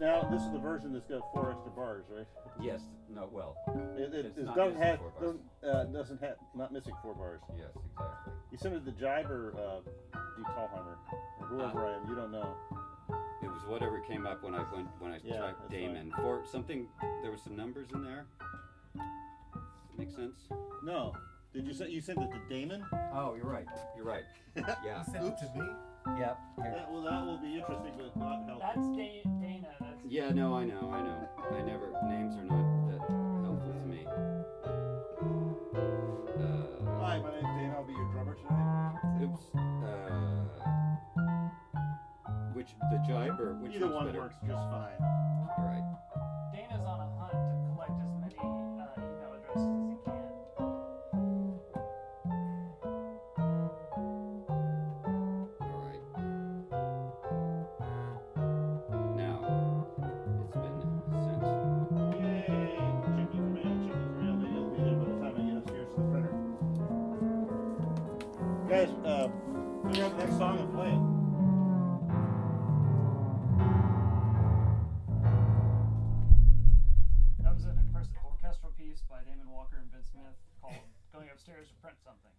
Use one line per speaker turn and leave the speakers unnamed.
now this is the version that's got four extra bars, right?
Yes. No. Well.
It, it,
It's
it
not
doesn't
missing
have
four bars.
doesn't, uh, doesn't have not missing four bars.
Yes. Exactly.
You sent it to Jibe or uh, D. Tallheimer or whoever I am. You don't know.
It was whatever came up when I went when I
Yeah,
tracked
that's
Damon for something. There was some numbers in there. Does that make sense?
No. Did you send you sent it to Damon?
Oh, you're right. You're right. Yeah.
Send it to me.
yep.
That, well, that will be interesting, but not helpful.
That's da- Dana. That's
Yeah. No, I know. I know. I never names are not that helpful to me. Uh,
Hi, my name's Dana. I'll be your drummer tonight.
oops. Uh, which the jibe or which
Either
one's
one
better?
works just fine.
All right.
Dana's on a hunt to collect as many uh, email addresses as he can.
All right. Now it's been sent.
Yay! Check your mail, check your mail. Maybe it'll be there by the time I get upstairs to the printer. Guys, uh, figure out the next song and play it.
That was an impressive orchestral piece by Damon Walker and Ben Smith called "Going Upstairs to Print Something."